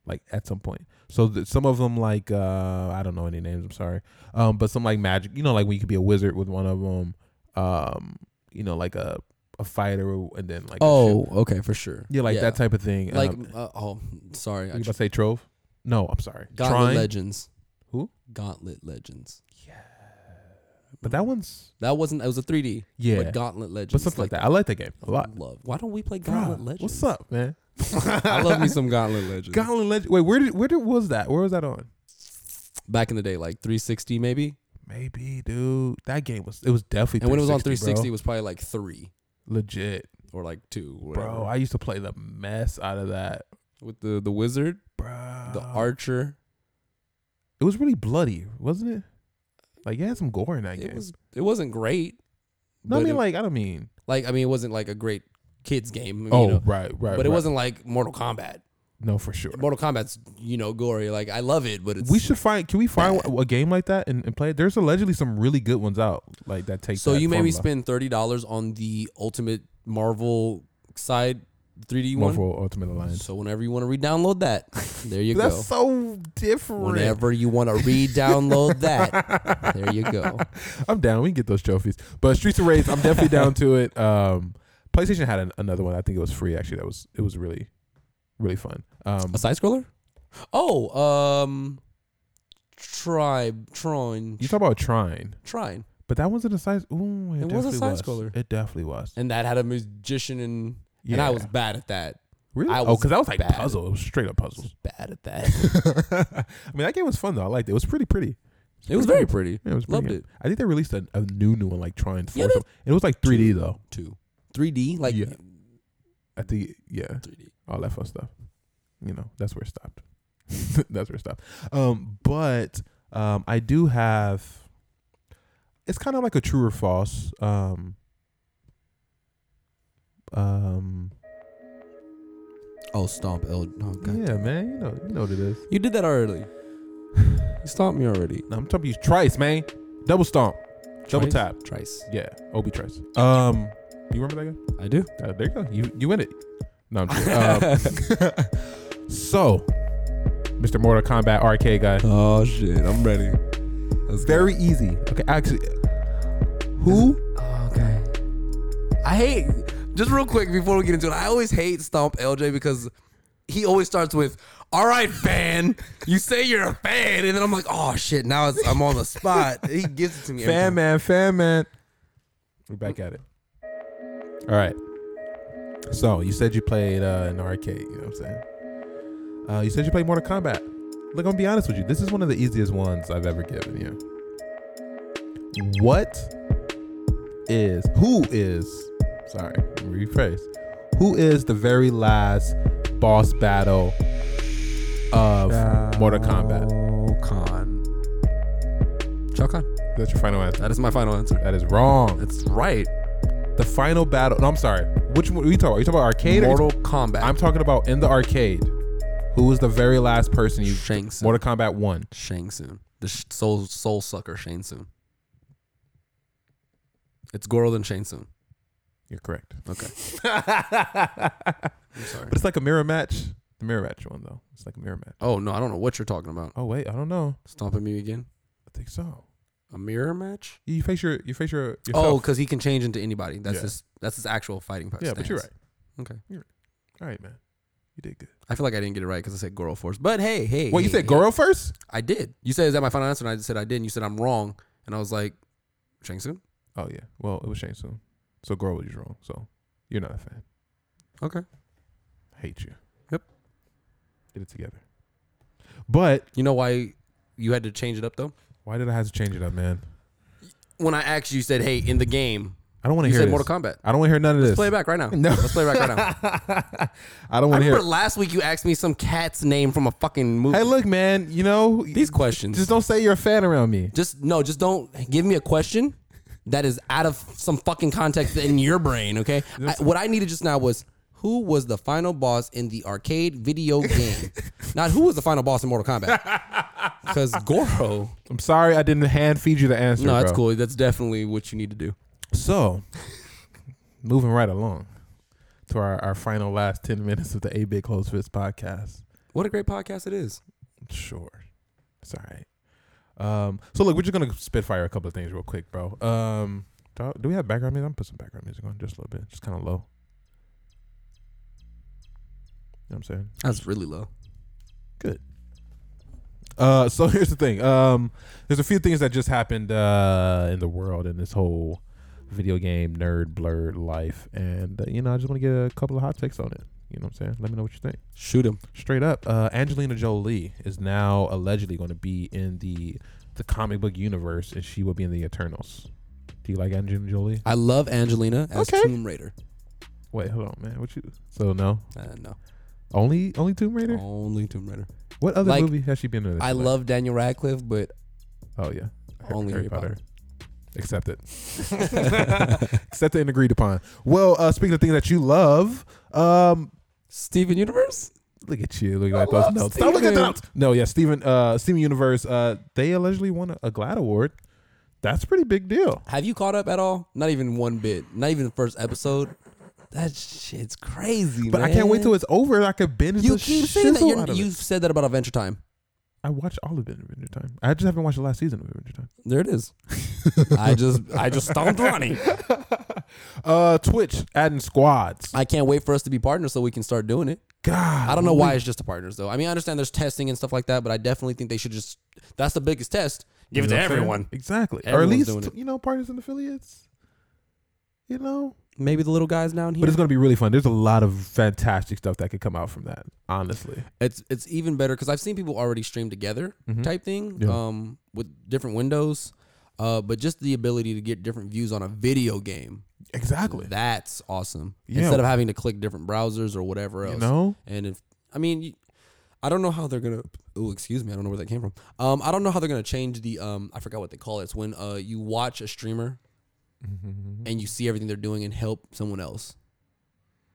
like at some point. So th- some of them, like uh, I don't know any names. I'm sorry. Um, but some like magic, you know, like when you could be a wizard with one of them. Um, you know, like a a fighter, and then like a oh, okay, for sure. yeah, like that type of thing. Like, um, uh, oh, sorry. you I about tr- to say Trove? No, I'm sorry. Gauntlet Trine, Legends. Who? Gauntlet Legends. but that one's That wasn't. It was a 3D. yeah, But Gauntlet Legends. but something like that. I like that game a lot. Love. Why don't we play Bruh, Gauntlet what's Legends? up, man? I love me some Gauntlet Legends. Gauntlet Legend. Wait, where did where did was that? Where was that on? Back in the day, like 360 maybe. Maybe, dude. That game was it was definitely. And when it was on 360, it bro. was probably like three legit, or like two, whatever. bro. I used to play the mess out of that, With the the wizard, bro. the archer. It was really bloody, wasn't it? Like it had some gore in that It game. was. It wasn't great. no, I but mean it- like I don't mean. like I mean, it wasn't like a great kids game. I mean, Oh you know, right, right. but it right. wasn't like Mortal Kombat. No, for sure. Mortal Kombat's you know gory. Like I love it, but it's We should find. Can we find a game like that and, and play it? There's allegedly some really good ones out like that. Take So that you made me formula. spend thirty dollars on the Ultimate Marvel side 3D one. Marvel Ultimate Alliance. So whenever you want to re-download that, there you That's go. so different. Whenever you want to re-download that, there you go. I'm down. We can get those trophies. But Streets of Rage, I'm definitely down to it. Um, PlayStation had an, another one. I think it was free. Actually, that was it was really, really fun. Um, A side scroller? Oh, um, Tribe Tron you talk about Trine, Trine, but that wasn't a size. Ooh, it, It was a definitely side was. scroller. It definitely was. and that had a magician and Yeah. and I was bad at that. really I oh was because that was like bad. puzzle. It was straight up I was puzzles. bad at that. I mean, that game was fun though. I liked it. It was pretty pretty. It was very pretty. Yeah, it was Loved pretty it. good. I think they released a, a new new one like Trine Four. Yeah, or they- something. it was like 3D though. Two, three D like Yeah. I think yeah. three D. all that fun stuff. You know, that's where it stopped. that's where it stopped. Um, but um, I do have. It's kind of like a true or false. Um. Um. Oh, stomp L. Oh, God. Yeah, man. You know, you know what it is. You did that already. You stomped me already. No, I'm talking about you, Trice, man. Double stomp, double Trice? tap. Trice. Yeah, Ob Trice. Um, you remember that I do. guy? Uh, there you go. You you win it. No, I'm joking. Um, so, Mr. Mortal Kombat arcade guy. Oh shit, I'm ready. Very easy. Okay, actually, who I hate just real quick before we get into it. I always hate Stomp LJ because he always starts with "All right, fan, you say you're a fan," and then I'm like, "Oh shit, now it's, I'm on the spot." He gives it to me. every Fan time. man, fan man. We're back at it. All right. So you said you played uh, an arcade. You know what I'm saying? Uh, you said you played Mortal Kombat. Look, I'm gonna be honest with you. This is one of the easiest ones I've ever given you. What is who is? Sorry, let me rephrase. Who is the very last boss battle of Mortal Kombat? Khan. Shao Kahn. That's your final answer. That is my final answer. That is wrong. That's right. the final battle. No, I'm sorry. Which one are you talking about? You talking about arcade? or you Mortal talking- Kombat. I'm talking about in the arcade. Who was the very last person you Shang Tsung. Mortal Kombat one? Shang Soon. The sh- soul soul sucker Shang Soon. It's Goro than Shang Soon. You're correct. Okay. I'm sorry. But it's like a mirror match. The mirror match one though. It's like a mirror match. Oh no, I don't know what you're talking about. Oh wait, I don't know. Stomping me again? I think so. A mirror match? You face your you face your yourself. Oh, because he can change into anybody. That's Yeah. his that's his actual fighting yeah, stance. but you're right. Okay. All right, man. You did good. I feel like I didn't get it right because I said Goro Force. But hey, hey. Wait, you hey, said Goro first? I did. You said is that my final answer? And I just said I did. And you said I'm wrong. And I was like, Shang Tsung? Oh yeah. Well, it was Shang Tsung. So Goro was wrong. So you're not a fan. Okay. I hate you. Yep. Get it together. But You know why you had to change it up though? why did I have to change it up, man? When I asked you, you said, "Hey, in the game, I don't want to you hear said this. Mortal Kombat." I don't want to hear none of Let's this. play it back right now. No. Let's play it back right now. I don't I want to hear. remember it. last week you asked me some cat's name from a fucking movie. Hey, look, man. You know These questions. Just don't say you're a fan around me. Just no, just don't give me a question that is out of some fucking context in your brain, okay? I, what I needed just now was who was the final boss in the arcade video game? Not who was the final boss in Mortal Kombat. Because Goro. I'm sorry I didn't hand feed you the answer. No, that's bro. cool. That's definitely what you need to do. So, moving right along to our, our final last ten minutes of the A Big Close Fist podcast. What a great podcast it is. Sure. It's all right. Um, so look, we're just gonna spitfire a couple of things real quick, bro. Um, do, do we have background music? I'm gonna put some background music on just a little bit, just kind of low. You know what I'm saying? That's really low. Uh, so here's the thing. Um, there's a few things that just happened uh, in the world in this whole video game nerd blurred life, and uh, you know, I just want to get a couple of hot takes on it. You know what I'm saying? Let me know what you think. Shoot him. Straight up, uh, Angelina Jolie is now allegedly going to be in the the comic book universe, and she will be in the Eternals. Do you like Angelina Jolie? I love Angelina as Okay. Tomb Raider. Wait, hold on, man. What you? So no, Uh, no, only only Tomb Raider. only Tomb Raider. What other Like, movie has she been in? that I you like? love Daniel Radcliffe, but Oh yeah. Only Harry Potter. Accept it. Accept it and agreed upon. Well, uh, speaking of things that you love, um, Steven Universe. look at you. Look I at love those notes. Stop looking at the Steven. notes. No, yeah, Steven, uh, Steven Universe, uh, they allegedly won a, a GLAAD award. That's a pretty big deal. Have you caught up at all? Not even one bit. Not even the first episode. That shit's crazy, But I can't wait till man. it's over. and I could binge You the keep saying that shizzle out you're, of it. you've said that about Adventure Time. I watched all of Adventure Time. I just haven't watched the last season of Adventure Time. There it is. I just I just stomped Ronnie. Uh, Twitch adding squads. I can't wait for us to be partners so we can start doing it. God, I don't know why it's just the partners though. I mean, I understand there's testing and stuff like that, but I definitely think they should just that's the biggest test. Give it You know to what I'm saying? everyone. Exactly. Everyone's or at doing least, it. you know, partners and affiliates. You know? Maybe the little guys down But here. it's going to be really fun. There's a lot of fantastic stuff that could come out from that, honestly. It's it's even better because I've seen people already stream together type thing, Mm-hmm. Yeah. um, with different windows, uh, but just the ability to get different views on a video game. Exactly. That's awesome. Yeah. Instead of having to click different browsers or whatever else. You know? And if I mean, you- I don't know how they're gonna. Oh, excuse me, I don't know where that came from. Um, I don't know how they're gonna change the. Um, I forgot what they call it. It's when uh you watch a streamer and you see everything they're doing and help someone else.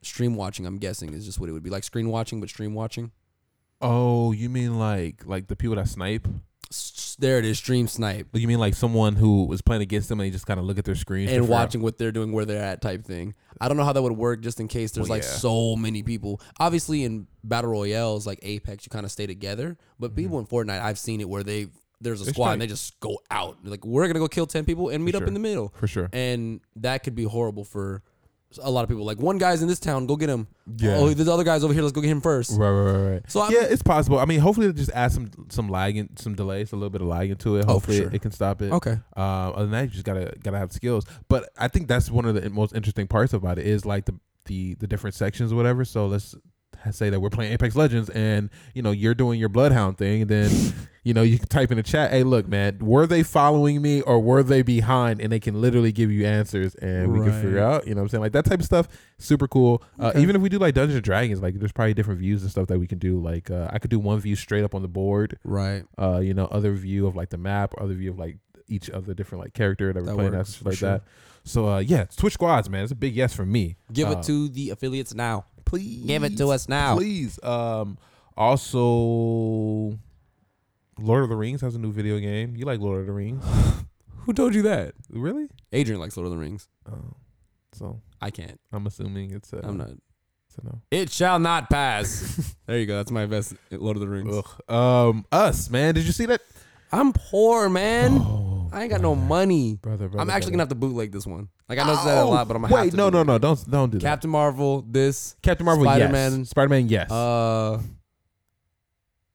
Stream watching, I'm guessing, is just what it would be like screen watching, but stream watching. Oh, you mean like like the people that snipe? S- s- There it is, stream snipe You mean like someone who was playing against them and they just kind of look at their screen and watching what they're doing, where they're at, type thing. I don't know how that would work, just in case there's Well, like yeah. so many people. Obviously, in battle royales like Apex, you kind of stay together, Mm-hmm. but people in Fortnite, I've seen it where they there's a They squad and they strike. just go out. They're like we're gonna go kill ten people and meet up sure. in the middle, For sure. and that could be horrible for a lot of people. Like one guy's in this town, go get him. Yeah. Oh, the other guy's over here. Let's go get him first. Right, right, right, right. So I'm- yeah, it's possible. I mean, hopefully, it'll just add some some lag and some delays, a little bit of lag into it. Oh, for Hopefully, sure. it, can stop it. Okay. Uh, other than that, you just gotta gotta have skills. But I think that's one of the most interesting parts about it is like the the the different sections, or whatever. So let's ha- say that we're playing Apex Legends, and you know you're doing your Bloodhound thing, and then. You know, you can type in the chat, hey, look, man, were they following me or were they behind? And they can literally give you answers and we can figure Right. out, you know what I'm saying? Like that type of stuff, super cool. Uh, Okay. even if we do like Dungeons and Dragons, like there's probably different views and stuff that we can do. Like uh, I could do one view straight up on the board, Right. uh, you know, other view of like the map, other view of like each other different like character that we're That playing works, as, for like sure. that. So uh, yeah, Twitch squads, man, it's a big yes for me. Give Uh, it to the affiliates now. please. Give it to us now. please. Um, also, Lord of the Rings has a new video game. You like Lord of the Rings, Who told you that? really? Adrian likes Lord of the Rings. Oh, so I can't. I'm assuming it's a, I'm not. it's a no. It shall not pass. there you go. That's my best Lord of the Rings. Ugh. Um, us, man, did you see that? I'm poor, man. Oh, I ain't got no money. brother, brother. I'm actually brother. gonna have to bootleg this one. Like I know that a Oh, lot, but I'm gonna wait. have to no, no, bootleg. no, don't don't do Captain Marvel. This. that. Captain Marvel, Spider-Man. yes. Spider Man, yes. Uh.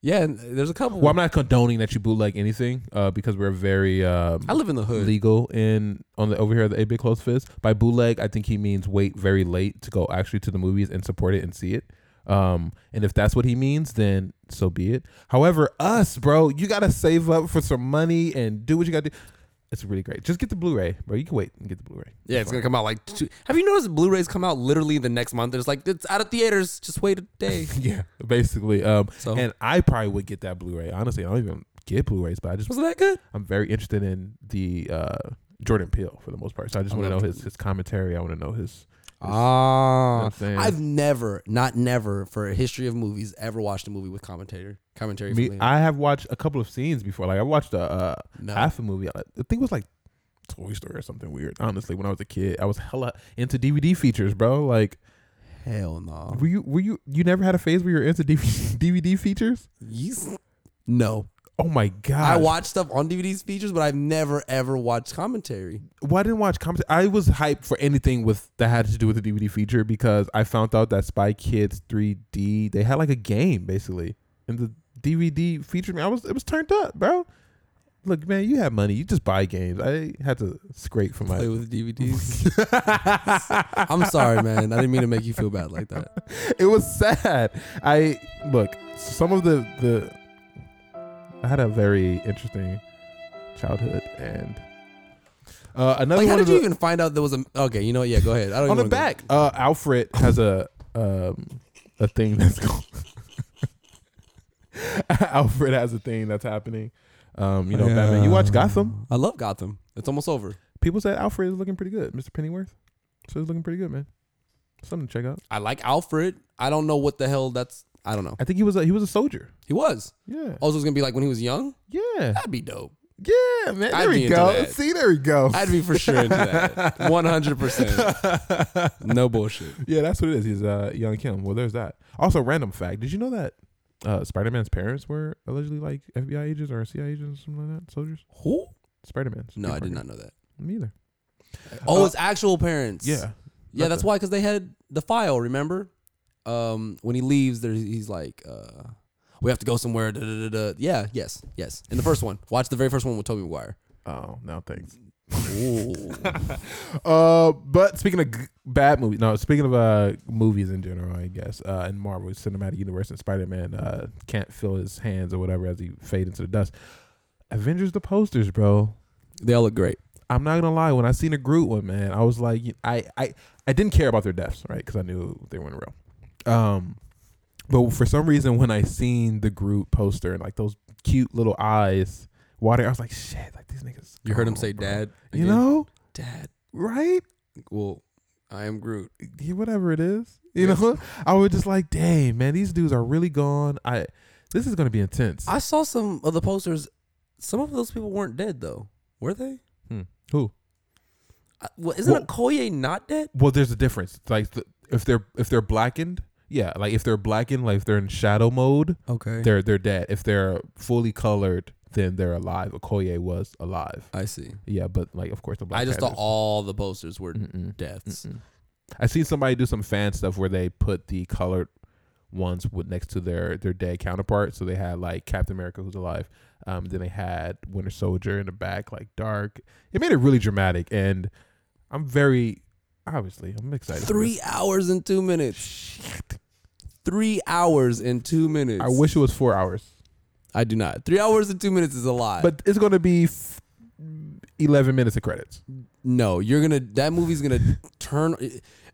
Yeah, and there's a couple. well, I'm not condoning that you bootleg anything, uh, because we're very um, I live in the hood. legal in on the over here at the A Big Close Fist. By bootleg, I think he means wait very late to go actually to the movies and support it and see it. Um, and if that's what he means, then so be it. However, us, bro, you gotta save up for some money and do what you gotta do. It's really great. Just get the Blu-ray, bro. You can wait and get the Blu-ray. Yeah, it's gonna come out like. Two, have you noticed Blu-rays come out literally the next month? It's like it's out of theaters. Just wait a day. yeah, basically. Um, So and I probably would get that Blu-ray. Honestly, I don't even get Blu-rays, but I just was that good? I'm very interested in the uh, Jordan Peele for the most part. So I just I want to know love his, his commentary. I want to know his. you know what Ah, I'm saying? I've never, not never, for a history of movies, ever watched a movie with commentator commentary. Me, from him. I have watched a couple of scenes before. Like I watched a uh, no. half a movie. I think it was like Toy Story or something weird. Honestly, when I was a kid, I was hella into DVD features, bro. Like, hell no. were you were you you never had a phase where you were into DVD, DVD features? You s- no. Oh my god! I watch stuff on DVDs features, but I've never ever watched commentary. well, I didn't watch commentary. I was hyped for anything with that had to do with the DVD feature because I found out that Spy Kids 3D they had like a game basically, and the DVD feature. Man, I was it was turned up, bro. Look, man, you have money. You just buy games. I had to scrape for Play my. with DVDs. I'm sorry, man. I didn't mean to make you feel bad like that. It was sad. I look some of the the. I had a very interesting childhood and. Uh, another one Like, how of did the, you even find out there was a? Okay, you know, what? yeah, go ahead. I don't on even the wanna go- back. Uh, Alfred has a um, a thing that's going. Alfred has a thing that's happening. Um, you know, Batman. You watch Gotham. I love Gotham. It's almost over. People said Alfred is looking pretty good. Mr. Pennyworth, so he's looking pretty good, man. Something to check out. I like Alfred. I don't know what the hell that's. I don't know. I think he was a, he was a soldier. He was. Yeah, Also, it's gonna be like when he was young. yeah, That'd be dope. yeah, man. I'd There be we into go. that. See, there we go. I'd be for sure into that. One hundred percent. No bullshit. yeah, that's what it is. He's uh, young Kim. Well, there's that. Also, random fact. Did you know that uh, Spider-Man's parents were allegedly like FBI agents or CIA agents or something like that? Soldiers. Who? Spider-Man's. No, Peter I did Parker. not know that. Me either. Oh, Uh, it's actual parents. Yeah. Yeah, that's Okay. why because they had the file. Remember, um, when he leaves, there he's like, uh, "We have to go somewhere." Da, da, da, da. Yeah, yes, yes. In the first one, watch the very first one with Toby Maguire. Oh, no, thanks. Ooh. Uh, but speaking of g- bad movies, no, speaking of uh movies in general, I guess, uh, in Marvel Cinematic Universe and Spider-Man uh can't feel his hands or whatever as he fade into the dust. Avengers the posters, bro. they all look great. I'm not gonna lie. When I seen a Groot one, man, I was like, I, I, I didn't care about their deaths, right? Because I knew they weren't real. Um, but for some reason, when I seen the Groot poster and like those cute little eyes, water, I was like, shit, like these niggas. You heard him gone, say, bro. "Dad." You again. know, Dad. right? Well, I am Groot. Yeah, whatever it is, you Yeah. know. I was just like, dang, man, these dudes are really gone. I, this is gonna be intense. I saw some of the posters. Some of those people weren't dead though, were they? Hmm. Who? I, well, isn't Well- Okoye not dead? Well, there's a difference. Like th- if they're if they're blackened, yeah. Like if they're blackened, like if they're in shadow mode. Okay. they're they're dead. If they're fully colored, then they're alive. Okoye was alive. I see. Yeah, but like of course the black. Mm-hmm. I just thought Panthers- all the posters were Mm-mm. deaths. I seen somebody do some fan stuff where they put the colored ones with next to their their dead counterpart. So they had like Captain America who's alive. Um, then they had Winter Soldier in the back, like dark. It made it really dramatic, and I'm very obviously I'm excited. for this. Three hours and two minutes. Three hours and two minutes. I wish it was four hours, I do not. Three hours and two minutes is a lot. but it's gonna be f- eleven minutes of credits. no, you're gonna. That movie's gonna turn.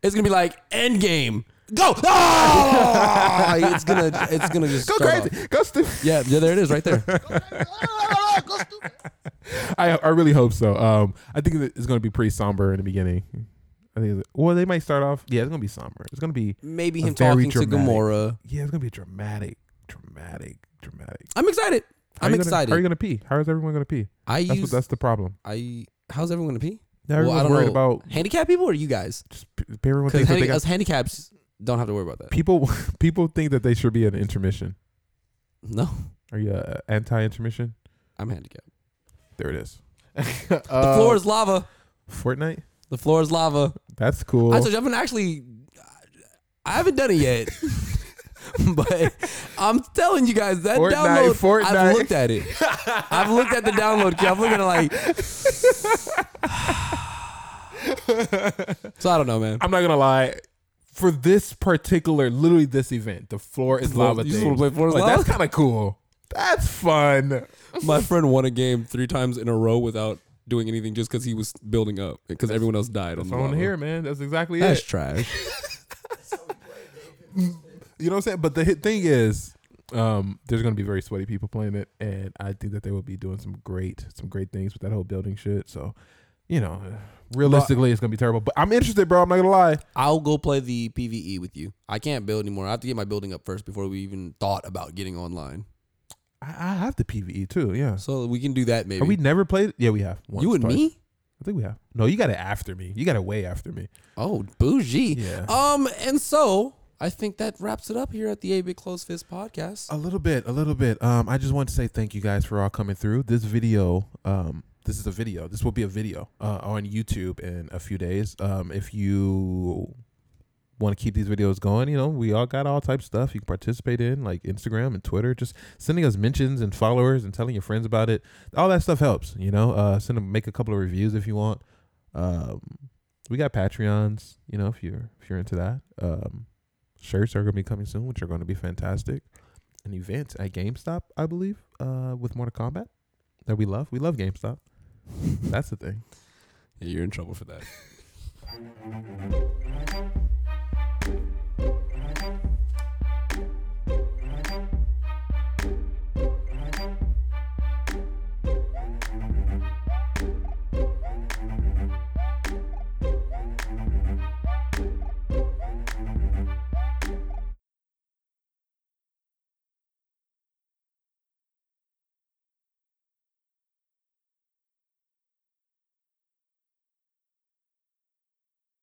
It's gonna be like Endgame. Go! Ah! it's gonna. It's gonna just Go start crazy, off. go stupid. Yeah, yeah, there it is, right there. I I really hope so. Um, I think that it's going to be pretty somber in the beginning. I think. it's- Well, they might start off. Yeah, it's going to be somber. It's going to be. Maybe A him very talking to dramatic- Gamora. Yeah, it's going to be dramatic, dramatic, dramatic. I'm excited. How I'm you gonna- excited. How are you going to pee? How is everyone going to pee? I That's use. what, that's the problem. I. How's everyone gonna pee? Now Well, I everyone's don't worried know. about Handicapped people or you guys? just p- everyone Because thinks that they handi- got, us handicaps don't have to worry about that. people. People think that they should be an intermission. No, Are you uh, anti-intermission? I'm handicapped. There it is. The Uh, floor is lava. Fortnite. The floor is lava. That's cool. I told you, I've been actually, I haven't done it yet, but I'm telling you guys that Fortnite, download. Fortnite. I've looked at it. I've looked at the download queue. I'm looking at it like. so I don't know, man. I'm not gonna lie. For this particular, literally this event, the floor is Floor- lava. you just thing. wanna play floor is Like, lava? That's kind of cool. That's fun. My friend won a game three times in a row without doing anything, just because he was building up, because everyone else died on That's on here, man. That's exactly That's it. trash. You know what I'm saying? But the hit thing is, um, there's gonna be very sweaty people playing it, and I think that they will be doing some great, some great things with that whole building shit. So, you know, realistically, it's gonna be terrible. But I'm interested, bro. I'm not gonna lie. I'll go play the PVE with you. I can't build anymore. I have to get my building up first before we even thought about getting online. I, I have the PVE too. Yeah. So we can do that maybe. Have we never played? Yeah, we have. Once, you and twice. me? I think we have. No, you got it after me. You got it way after me. Oh, bougie. Yeah. Um, and so I think that wraps it up here at the A Big Close Fist podcast. A little bit, a little bit. Um, I just want to say thank you guys for all coming through. This video, um, this is a video. This will be a video uh, on YouTube in a few days. Um, if you want to keep these videos going, you know, we all got all types of stuff you can participate in, like Instagram and Twitter. Just sending us mentions and followers and telling your friends about it. All that stuff helps. You know, uh, send them, make a couple of reviews if you want. Um, we got Patreons. You know, if you're if you're into that. Um, shirts are gonna be coming soon, which are gonna be fantastic an event at GameStop, I believe, uh, with Mortal Kombat that we love. We love GameStop. That's the thing. Yeah, you're in trouble for that.